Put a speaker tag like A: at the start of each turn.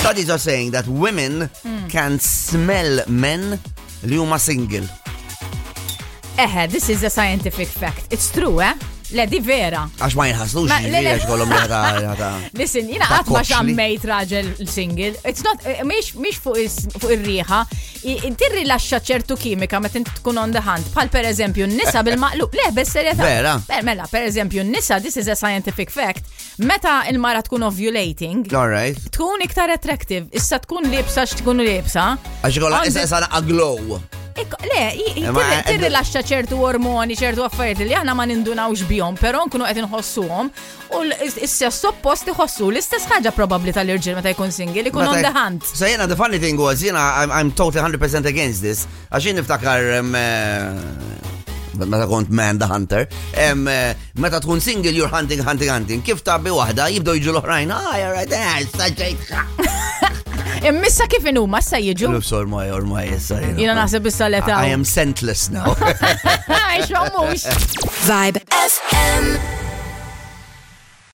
A: studies are saying that women
B: Hmm.
A: can smell men li huma single.
B: Eħe, this is a scientific fact. It's true, eh? Le, di vera.
A: Għax ma jinħaslux
B: Ma- le-
A: ġifiri
B: le-
A: għax kollom jata.
B: Listen, jina
A: Ta'
B: għat ma
A: koxli.
B: xammejt raġel single. It's not, eh, miex miex fuq is- fuq ir-riħa. Inti rilaxxa ċertu kimika meta inti tkun on the hand. Pal per eżempju n-nisa bil-maqlub. Le, bes serjetà.
A: Vera.
B: Per mela, per eżempju n-nisa, this is a scientific fact. Meta il-mara tkun ovulating,
A: All right.
B: tkun iktar attractive. Issa tkun libsa x'tkun libsa.
A: Għax kollha
B: Għandi-
A: issa issa naqqa glow.
B: Ikko- Le, i- i-
A: Eh, ma-
B: tirri-
A: eh,
B: tirri laxxa ċertu ormoni, ċertu affarijiet li aħna ma nindunawx bihom, però nkunu qed inħossuhom u l-istess suppost iħossu l-istess ħaġa probabbli tal-irġiel meta jkun single ikun on
A: Meta-
B: the hand.
A: So jena, the funny thing was, jena, I'm, I'm totally 100% against this. Għax jien niftakar, em, eh, meta uh, kont man the hunter, em, eh, meta tkun single, you're hunting, hunting, hunting. Kif tabbi wahda, jibdow jġu l-oħrajn, ah, all right, eh, saġġejt.
B: Immissa kif in huma issa jiġu.
A: Lubs ormaj, ormaj, issa jena.
B: Jiena naħseb issa l
A: I am scentless now.
B: Ix mhux.
C: Vibe FM.